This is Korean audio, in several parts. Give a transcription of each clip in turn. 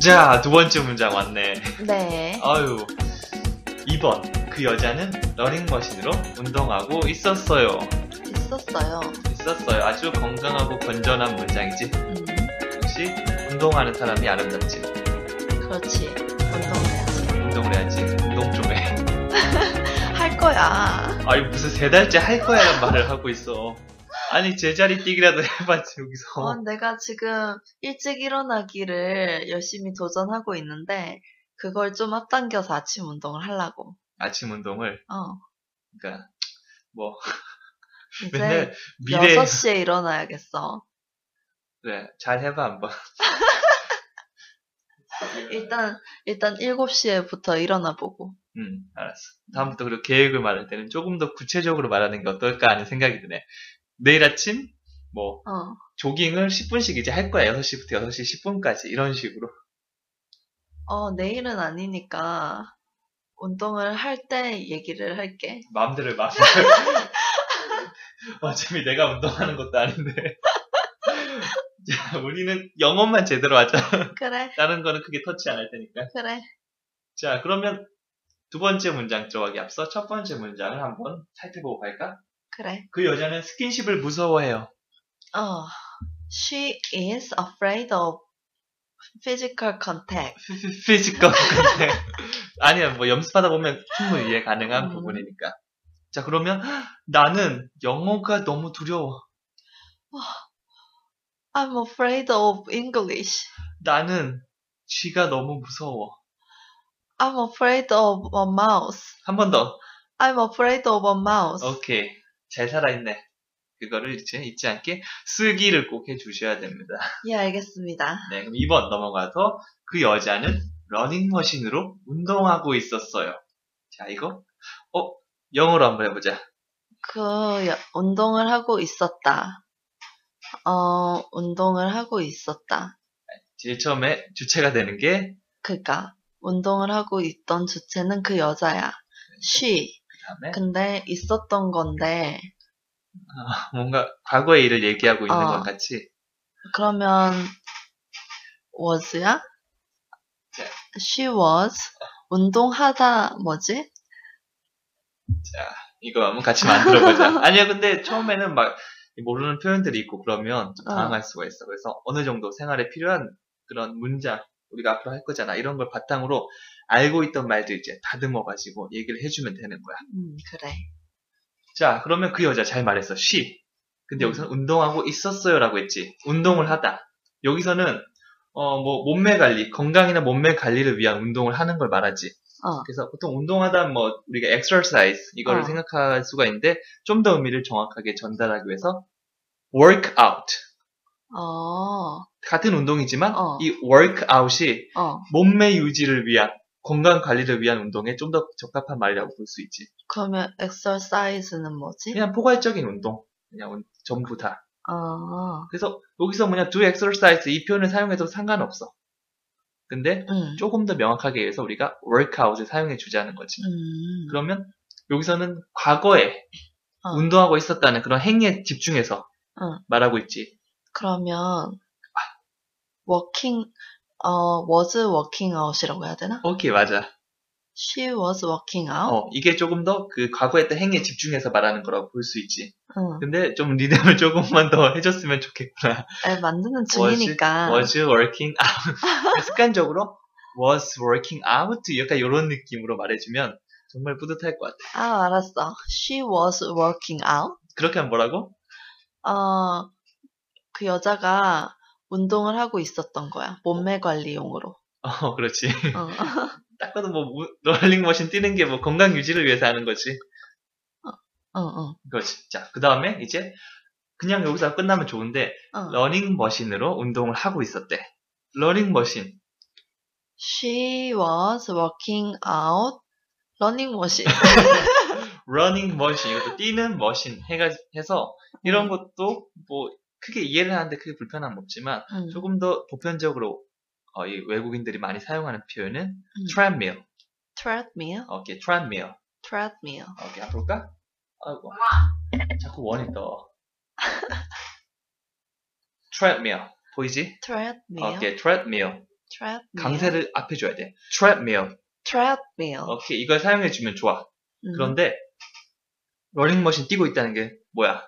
자, 두 번째 문장 왔네. 네. 아유. 2번. 그 여자는 러닝머신으로 운동하고 있었어요. 있었어요. 있었어요. 아주 건강하고 건전한 문장이지. 음, 역시 운동하는 사람이 아름답지. 그렇지. 운동해야지. 운동을 해야지. 운동 좀 해. 할 거야. 아니 무슨 세 달째 할 거야란 말을 하고 있어. 아니 제자리 뛰기라도 해봤지 어, 여기서. 내가 지금 일찍 일어나기를 열심히 도전하고 있는데, 그걸 좀 앞당겨서 아침 운동을 하려고. 아침 운동을 어. 그러니까 이제 맨날 미래 6시에 일어나야겠어. 그래 네, 잘 해봐 한번. 일단, 일단 7시에부터 일어나 보고. 음 알았어. 다음부터 그리고 계획을 말할 때는 조금 더 구체적으로 말하는 게 어떨까 하는 생각이 드네. 내일 아침 뭐 어. 조깅을 10분씩 이제 할 거야 6시부터 6시 10분까지 이런 식으로. 어, 내일은 아니니까, 운동을 할 때 얘기를 할게. 마음대로 마음. 어차피 내가 운동하는 것도 아닌데. 자, 우리는 영어만 제대로 하자. 그래, 다른 거는 크게 터치 안 할 테니까. 그래. 자, 그러면 두 번째 문장 저기 앞서 첫 번째 문장을 한번 살펴보고 갈까? 그래. 그 여자는 스킨십을 무서워해요. 어, she is afraid of physical contact. 피지컬. 근데 아니야, 뭐 연습하다 보면 충분히 이해 가능한 음. 부분이니까. 자, 그러면 나는 영어가 너무 두려워. I'm afraid of English. 나는 쥐가 너무 무서워. I'm afraid of a mouse. 한 번 더. I'm afraid of a mouse. 오케이. 잘 살아있네. 그거를 이제 잊지 않게 쓰기를 꼭 해주셔야 됩니다. 예, 알겠습니다. 네, 그럼 2번 넘어가서 그 여자는 러닝머신으로 운동하고 있었어요. 자, 이거, 어, 영어로 한번 해보자. 그 여- 운동을 하고 있었다. 어, 운동을 하고 있었다. 제일 처음에 주체가 되는 게, 그니까 그러니까 운동을 하고 있던 주체는 그 여자야. she. 그 다음에, 근데 있었던 건데 아, 뭔가 과거의 일을 얘기하고 있는 어. 것 같이, 그러면 was야? She was 운동하다 뭐지? 이거 한번 같이 만들어보자. 아니야, 근데 처음에는 막, 모르는 표현들이 있고 그러면 좀 어. 당황할 수가 있어. 그래서 어느 정도 생활에 필요한 그런 문장, 우리가 앞으로 할 거잖아. 이런 걸 바탕으로 알고 있던 말들 이제 다듬어가지고 얘기를 해주면 되는 거야. 음 그래. 자, 그러면 그 여자 잘 말했어. she. 근데 음. 여기서는 운동하고 있었어요라고 했지. 운동을 하다. 여기서는 어, 뭐 몸매 관리, 건강이나 몸매 관리를 위한 운동을 하는 걸 말하지. 어. 그래서 보통 운동하다 뭐 우리가 exercise 이거를 어. 생각할 수가 있는데 좀 더 의미를 정확하게 전달하기 위해서 workout 어. 같은 운동이지만 어. 이 workout이 어. 몸매 유지를 위한 건강 관리를 위한 운동에 좀 더 적합한 말이라고 볼 수 있지. 그러면 exercise는 뭐지? 그냥 포괄적인 운동, 그냥 운- 전부 다. 어. 그래서 여기서 뭐냐 do exercise 이 표현을 사용해도 상관없어. 근데 음. 조금 더 명확하게 해서 우리가 workout을 사용해 주자는 거지. 음. 그러면 여기서는 과거에 어. 운동하고 있었다는 그런 행위에 집중해서 응. 말하고 있지. 그러면 working 어 was working out이라고 해야 되나? 오케이 맞아. She was working out. 어, 이게 조금 더 그 과거에 했던 행위에 집중해서 말하는 거라고 볼 수 있지. 응. 근데 좀 리듬을 조금만 더 해줬으면 좋겠구나. 에, 네, 만드는 was- 중이니까. was working out. 그러니까 습관적으로 was working out 약간 이런 느낌으로 말해주면 정말 뿌듯할 것 같아. 아 알았어. She was working out. 그렇게 하면 뭐라고? 어, 그 여자가 운동을 하고 있었던 거야. 몸매 관리용으로. 어, 그렇지. 어, 딱 봐도 뭐, 우- 롤링머신 뛰는 게 뭐 건강 유지를 위해서 하는 거지. 응, 응, 그렇지. 자, 그 다음에 이제 그냥 여기서 끝나면 좋은데, 응. 러닝머신으로 운동을 하고 있었대. 러닝머신. She was working out running machine. 러닝머신. 이것도 뛰는 머신 해가, 해서 이런 것도 뭐, 크게 이해를 하는데 크게 불편함 없지만, 응. 조금 더 보편적으로 어, 이 외국인들이 많이 사용하는 표현은 음. treadmill. treadmill, 오케이, treadmill. treadmill. 오케이, 앞으로 올까? 아이고. 자꾸 원이 떠. 트레드밀. 보이지? treadmill, 네. 오케이, 트레드밀. treadmill. 어, 예. 강세를 앞에 줘야 돼. treadmill. treadmill. 오케이. 이걸 사용해주면 좋아. 어. 음. 그런데, 러닝머신 뛰고 있다는 게 뭐야?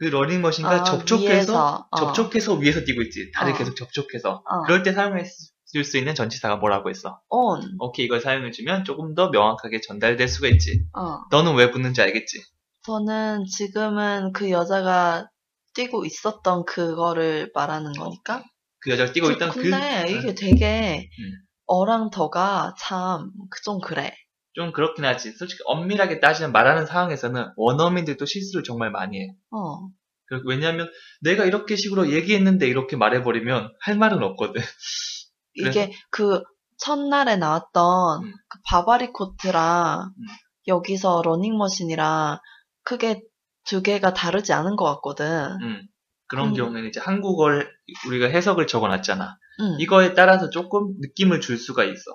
그 러닝머신과 아, 접촉해서, 위에서, 어, 접촉해서 위에서 뛰고 있지. 다리 어. 계속 접촉해서. 어. 그럴 때 사용할 수 있는 전치사가 뭐라고 했어? on. 오케이. 이걸 사용해주면 조금 더 명확하게 전달될 수가 있지. 어. 너는 왜 붙는지 알겠지? 저는 지금은 그 여자가 뛰고 있었던 그거를 말하는 거니까. 그 여자가 뛰고 그- 있던 그, 근데 이게 되게 음. 어랑 더가 참 좀 그래. 좀 그렇긴 하지. 솔직히 엄밀하게 따지면 말하는 상황에서는 원어민들도 실수를 정말 많이 해. 어. 그- 왜냐면 내가 이렇게 식으로 얘기했는데 이렇게 말해버리면 할 말은 없거든. 이게 그 첫날에 나왔던 음. 그 바바리 코트랑 음. 여기서 러닝머신이랑 크게 두 개가 다르지 않은 것 같거든. 음. 그런 음. 경우에는 이제 한국어를 우리가 해석을 적어놨잖아. 응. 이거에 따라서 조금 느낌을 줄 수가 있어.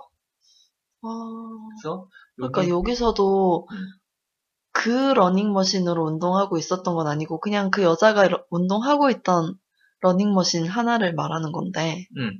어. 그래서 여기- 그러니까 여기서도 네. 음. 그 러닝머신으로 운동하고 있었던 건 아니고 그냥 그 여자가 러- 운동하고 있던 러닝머신 하나를 말하는 건데 음.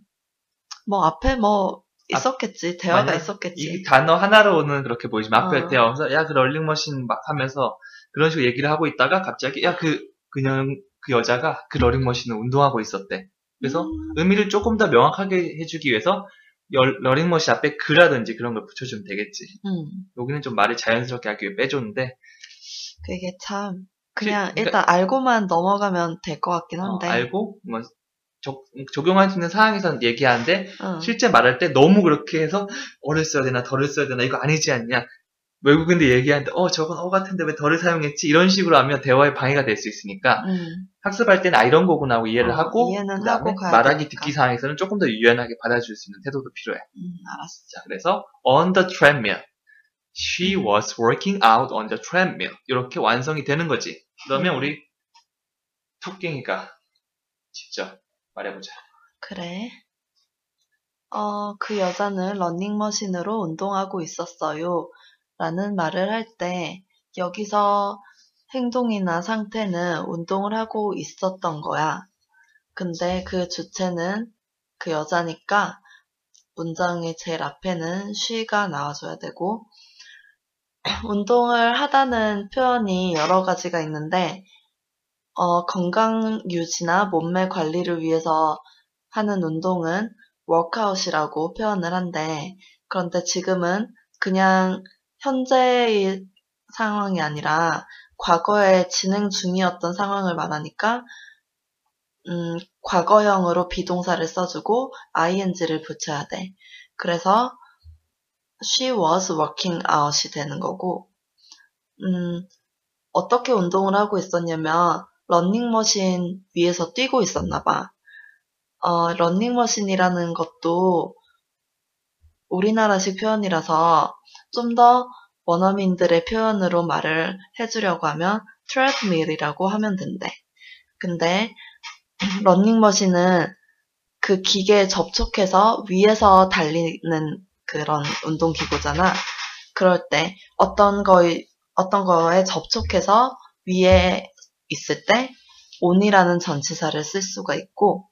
뭐 앞에 뭐 앞- 있었겠지 대화가 만약 있었겠지 이 단어 하나로는 그렇게 보이지만 앞에 어. 대화하면서 야 그 럴링머신 막 하면서 그런 식으로 얘기를 하고 있다가 갑자기 야 그 그냥 그 여자가 그 럴링머신을 운동하고 있었대. 그래서 음, 의미를 조금 더 명확하게 해주기 위해서 열- 러닝머신 앞에 그라든지 그런 걸 붙여주면 되겠지. 음. 여기는 좀 말을 자연스럽게 하기 위해 빼줬는데 그게 참 그냥 그러니까- 일단 알고만 넘어가면 될 것 같긴 어, 한데 알고 뭐 적- 적용할 수 있는 상황에서는 얘기하는데 응. 실제 말할 때 너무 그렇게 해서 어를 써야 되나 덜을 써야 되나 이거 아니지 않냐 외국인들 얘기하는데 어 저건 어 같은데 왜 덜을 사용했지 이런 식으로 하면 대화에 방해가 될 수 있으니까 음, 학습할 때는 아 이런 거구나 하고 이해를 어, 하고 이해는 그다음에 하고 가야 말하기 되니까. 듣기 상황에서는 조금 더 유연하게 받아줄 수 있는 태도도 필요해 음, 알았어 자 그래서 on the treadmill she was working out on the treadmill 이렇게 완성이 되는 거지 그러면 음. 우리 토깽이가 직접 말해보자 그래 어, 그 여자는 러닝머신으로 운동하고 있었어요. 라는 말을 할 때, 여기서 행동이나 상태는 운동을 하고 있었던 거야. 근데 그 주체는 그 여자니까 문장의 제일 앞에는 she가 나와줘야 되고, 운동을 하다는 표현이 여러 가지가 있는데, 어, 건강 유지나 몸매 관리를 위해서 하는 운동은 워크아웃이라고 표현을 한대. 그런데 지금은 그냥 현재의 상황이 아니라 과거에 진행 중이었던 상황을 말하니까 음, 과거형으로 비동사를 써주고 ing를 붙여야 돼. 그래서 she was working out이 되는 거고 음, 어떻게 운동을 하고 있었냐면 러닝머신 위에서 뛰고 있었나 봐. 어, 런닝머신이라는 것도 우리나라식 표현이라서 좀 더 원어민들의 표현으로 말을 해주려고 하면 트레드밀이라고 하면 된대. 근데 런닝머신은 그 기계에 접촉해서 위에서 달리는 그런 운동기구잖아. 그럴 때 어떤 거에, 어떤 거에 접촉해서 위에 있을 때 on이라는 전치사를 쓸 수가 있고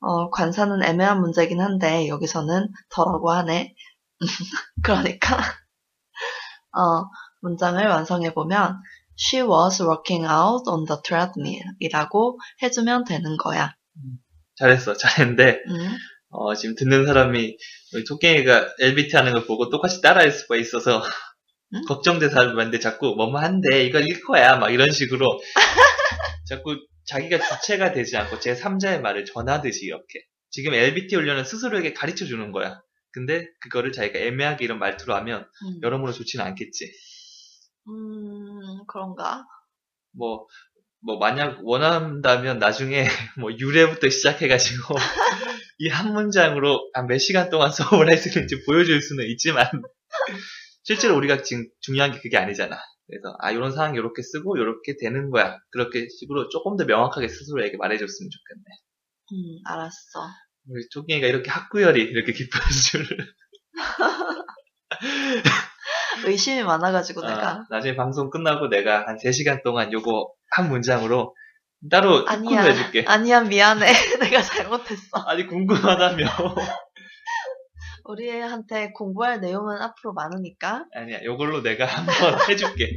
어, 관사는 애매한 문제긴 한데, 여기서는 더라고 하네. 그러니까, 어, 문장을 완성해보면, She was working out on the treadmill 이라고 해주면 되는 거야. 잘했어 잘했는데 음, 어, 지금 듣는 사람이 우리 토깽이가 LBT 하는 걸 보고 똑같이 따라할 수가 있어서 응? 걱정된 사람이 많은데 자꾸 뭐뭐 한데 이건 읽어야 막 이런 식으로 자꾸 자기가 주체가 되지 않고 제3자의 말을 전하듯이 이렇게 지금 LBT 훈련은 스스로에게 가르쳐 주는 거야. 근데 그거를 자기가 애매하게 이런 말투로 하면 음. 여러모로 좋지는 않겠지. 음, 그런가? 뭐, 뭐, 만약 원한다면 나중에 뭐 유래부터 시작해가지고 이 한 문장으로 한 몇 시간 동안 수업을 할 수 있는지 보여줄 수는 있지만 실제로 우리가 지금 중요한 게 그게 아니잖아. 그래서 아 이런 상황 이렇게 쓰고 이렇게 되는 거야. 그렇게 식으로 조금 더 명확하게 스스로에게 말해줬으면 좋겠네. 음, 알았어. 우리 쪼끼이가 이렇게 학구열이 이렇게 기뻐할 줄을 의심이 많아가지고 아, 내가. 나중에 방송 끝나고 내가 한 3시간 동안 요거 한 문장으로 따로 아니야. 코너 해줄게. 아니야, 미안해. 내가 잘못했어. 아니 궁금하다며. 우리한테 공부할 내용은 앞으로 많으니까. 아니야, 요걸로 내가 한번 해줄게.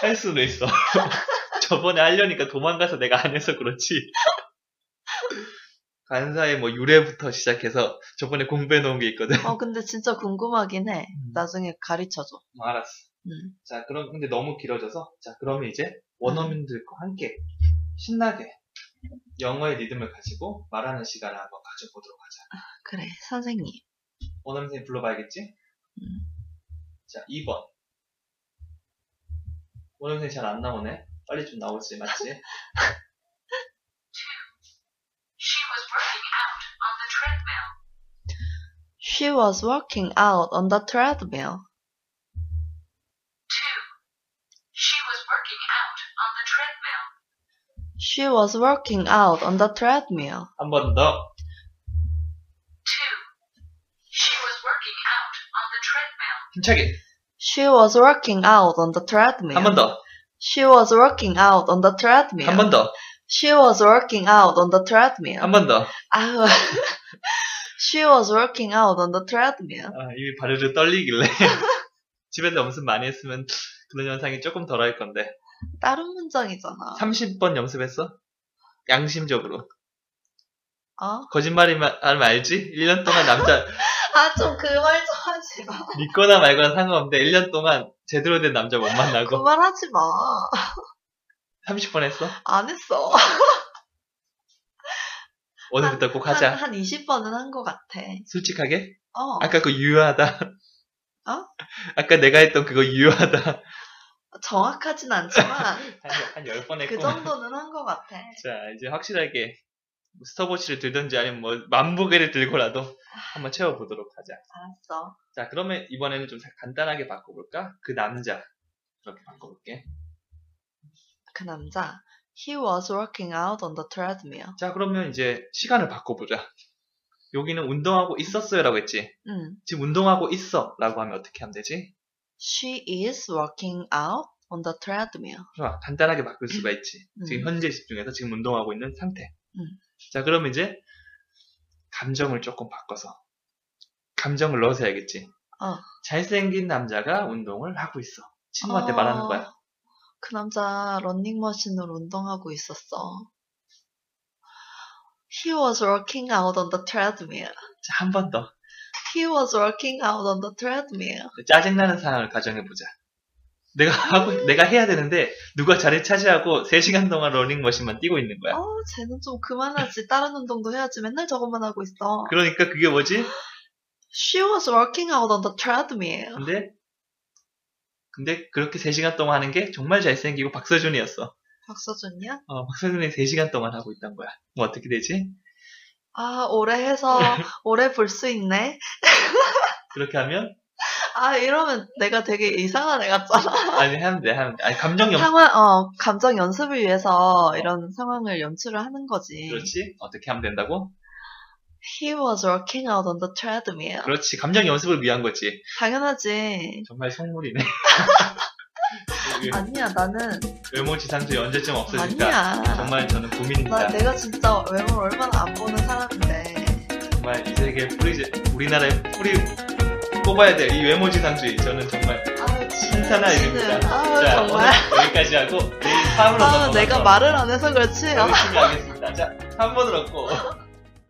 할 수도 있어. 저번에 하려니까 도망가서 내가 안 해서 그렇지. 간사의 뭐 유래부터 시작해서 저번에 공부해 놓은 게 있거든. 어, 근데 진짜 궁금하긴 해. 음. 나중에 가르쳐줘. 알았어. 음. 자, 그럼 근데 너무 길어져서 자, 그러면 이제 원어민들과 함께 신나게 영어의 리듬을 가지고 말하는 시간을 한번 가져보도록 하자. 그래, 선생님. 원어민 선생님 불러봐야겠지? 음. 자, 2번. 원어민 선생님 잘 안 나오네. 빨리 좀 나오지, 맞지? She was working out on the treadmill. She was working out on the treadmill. Two. She was working out on the treadmill. She was working out on the treadmill. 한 번 더. Two. She was working out on the treadmill. 힘차게. She was working out on the treadmill. 한 번 더. She was working out on the treadmill. 한 번 더. She was working out on the treadmill. 한 번 더. 아우. She was working out on the treadmill. 아, 입이 바르르 떨리길래. 집에서 연습 많이 했으면 그런 현상이 조금 덜 할 건데. 다른 문장이잖아. 30번 연습했어? 양심적으로. 어? 거짓말이면 하면 알지? 1년 동안 남자, 아, 좀 그 말 좀 하지 마. 믿거나 말거나 상관없는데 1년 동안 제대로 된 남자 못 그 만나고 말 하지 마. 30번 했어? 안 했어. 오늘부터 꼭 한, 하자. 한 20번은 한 것 같아. 솔직하게? 어. 아까 그거 유효하다. 어? 아까 내가 했던 그거 유효하다. 정확하진 않지만, 한, 한 10번 그 네, 했고. 정도는 한 것 같아. 자, 이제 확실하게 뭐 스터보치를 들든지 아니면 뭐 만보개를 들고라도 한번 채워보도록 하자. 알았어. 자, 그러면 이번에는 좀 간단하게 바꿔볼까? 그 남자. 그렇게 바꿔볼게. 그 남자, he was working out on the treadmill. 자, 그러면 이제 시간을 바꿔보자. 여기는 운동하고 있었어요 라고 했지. 음, 지금 운동하고 있어 라고 하면 어떻게 하면 되지? she is working out on the treadmill. 좋아. 간단하게 바꿀 수가 있지. 음. 지금 현재 집중해서 지금 운동하고 있는 상태. 음. 자, 그러면 이제 감정을 조금 바꿔서. 감정을 넣어서 해야겠지. 어. 잘생긴 남자가 운동을 하고 있어. 친구한테 어, 말하는 거야. 그 남자 런닝머신으로 운동하고 있었어. He was working out on the treadmill. 자, 한 번 더. He was working out on the treadmill. 짜증나는 상황을 가정해보자. 내가 하고, 내가 해야 되는데, 누가 자리 차지하고 3시간 동안 러닝머신만 뛰고 있는 거야. 어, 쟤는 좀 그만하지. 다른 운동도 해야지. 맨날 저것만 하고 있어. 그러니까 그게 뭐지? She was working out on the treadmill. 근데, 근데 그렇게 3시간 동안 하는 게 정말 잘생기고 박서준이었어. 박서준이야? 어, 박서준이 3시간 동안 하고 있단 거야. 그럼 어떻게 되지? 아, 오래 해서 오래 볼 수 있네. 그렇게 하면? 아, 이러면 내가 되게 이상한 애 같잖아. 아니, 하면 돼, 하면 돼. 아니, 감정 연 상황, 어, 감정 연습을 위해서 이런 상황을 연출을 하는 거지. 그렇지? 어떻게 하면 된다고? He was working out on the treadmill. 그렇지. 감정 연습을 위한 거지. 당연하지. 정말 속물이네. 이게 아니야, 나는. 외모 지상주의 언제쯤 없어질까? 아니야. 정말 저는 나, 고민입니다. 내가 진짜 외모를 얼마나 안 보는 사람인데. 정말 이 세계 뿌리 우리나라의 뿌리 뽑아야 될 이 외모지상주의 저는 정말 아우, 진짜. 신선한 일입니다. 아우, 자 어, 정말. 오늘 여기까지 하고 내일 3으로 어. 아우, 내가 말을 안 해서 그렇지. 아, 네, 열심히 하겠습니다. 자 3번을 얻고